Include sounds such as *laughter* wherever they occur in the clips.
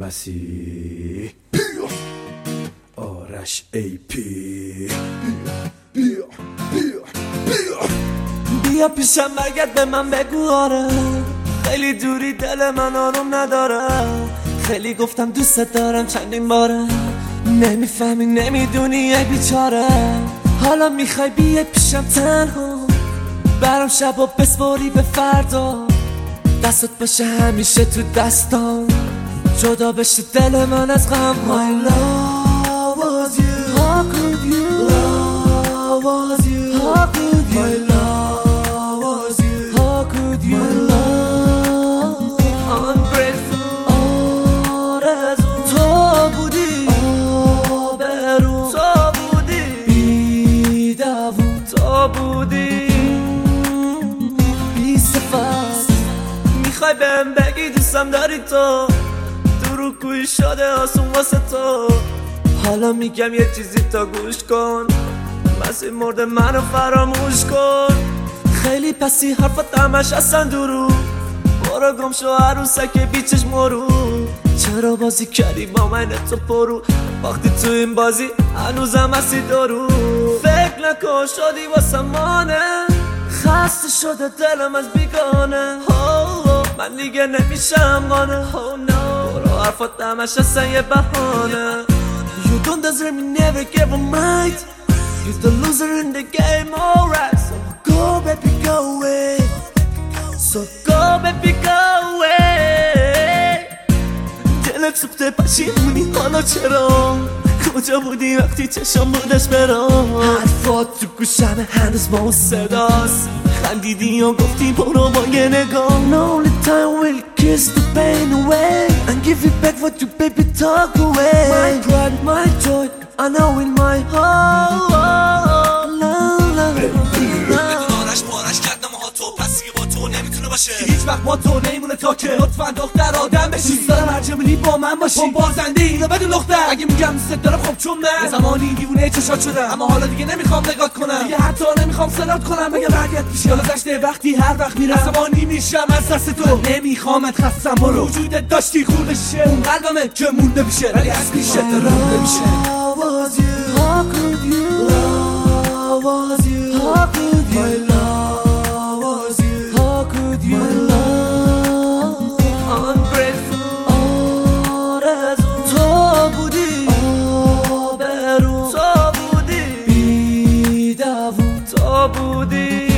مسیح آرش ای پی بیا پیشم برگرد به من بگو آره خیلی دوری دل من آروم نداره خیلی گفتم دوست دارم چندین باره نمیفهمی نمیدونی یه بیچاره حالا میخوای بیه پیشم تنها برام شب و بسپاری به فردا دستت باشه همیشه تو دستان جدا بشه دل من از غم I love was you How could you Love was you How could you My love was you How could you My love Ungrateful آرزو تو بودی آبرو تو بودی بی دوون تو بودی بی صفت میخوای بهم بگی دوستم داری تو دروغ گویی شده آسون واسه تو حالا میگم یه چیزی تا گوش کن مسیح مرد منو فراموش کن خیلی پسی حرفت همش اصلا درو برو گم شو عروسک بیچش مرو چرا بازی کردی با من تو پرو وقتی تو این بازی هنوزم هستی دارو فکر نکن شدی واسه مانه خسته شده دلم از بیگانه ها من دیگه نمیشم قانه ها نه برو حرفات همش اصلا یه بهانه You don't deserve me never give a mind You're the loser in the game alright So go baby go away So go baby go away دلت سوخته پشیمونی حالا چرا کجا بودی وقتی چشم بودش برام حرفات تو گوشم هنوز با اون صداست خندیدی و گفتی برو با یه نگاه And only time will kiss the pain away And give you back what you baby talk away My pride, my joy, I know in my heart La, la, la. *laughs* آرش بارش کردم ها تو پس دیگه با تو نمیتونه باشه هیچ وقت ما تو نمیمونه تا که لطفا دختر آدم بشی دوست دارم هر جملی با من باشی با خب بازنده اینو بده لختر اگه میگم دوست دارم خب چون من یه زمانی دیوونه چشات شدم اما حالا دیگه نمیخوام نگات کنم دیگه حتی نمیخوام صدات کنم بگم برگرد پیش گذشته وقتی هر وقت میرم عصبانی میشم از دست تو نمیخوامت خستم برو وجودت داشتی خورده شه اون قلبمه که مونده میشه ولی از پیشت رفته میشه How could you love was you? How could you? My love was you. How could you? My love. Ungrateful. آرزو تو بودی. آبرو تو بودی. بی دوون تو بودی.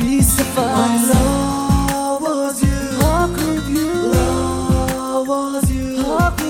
بی صفت. Hmm. My love was you. How could you? Love was you. How could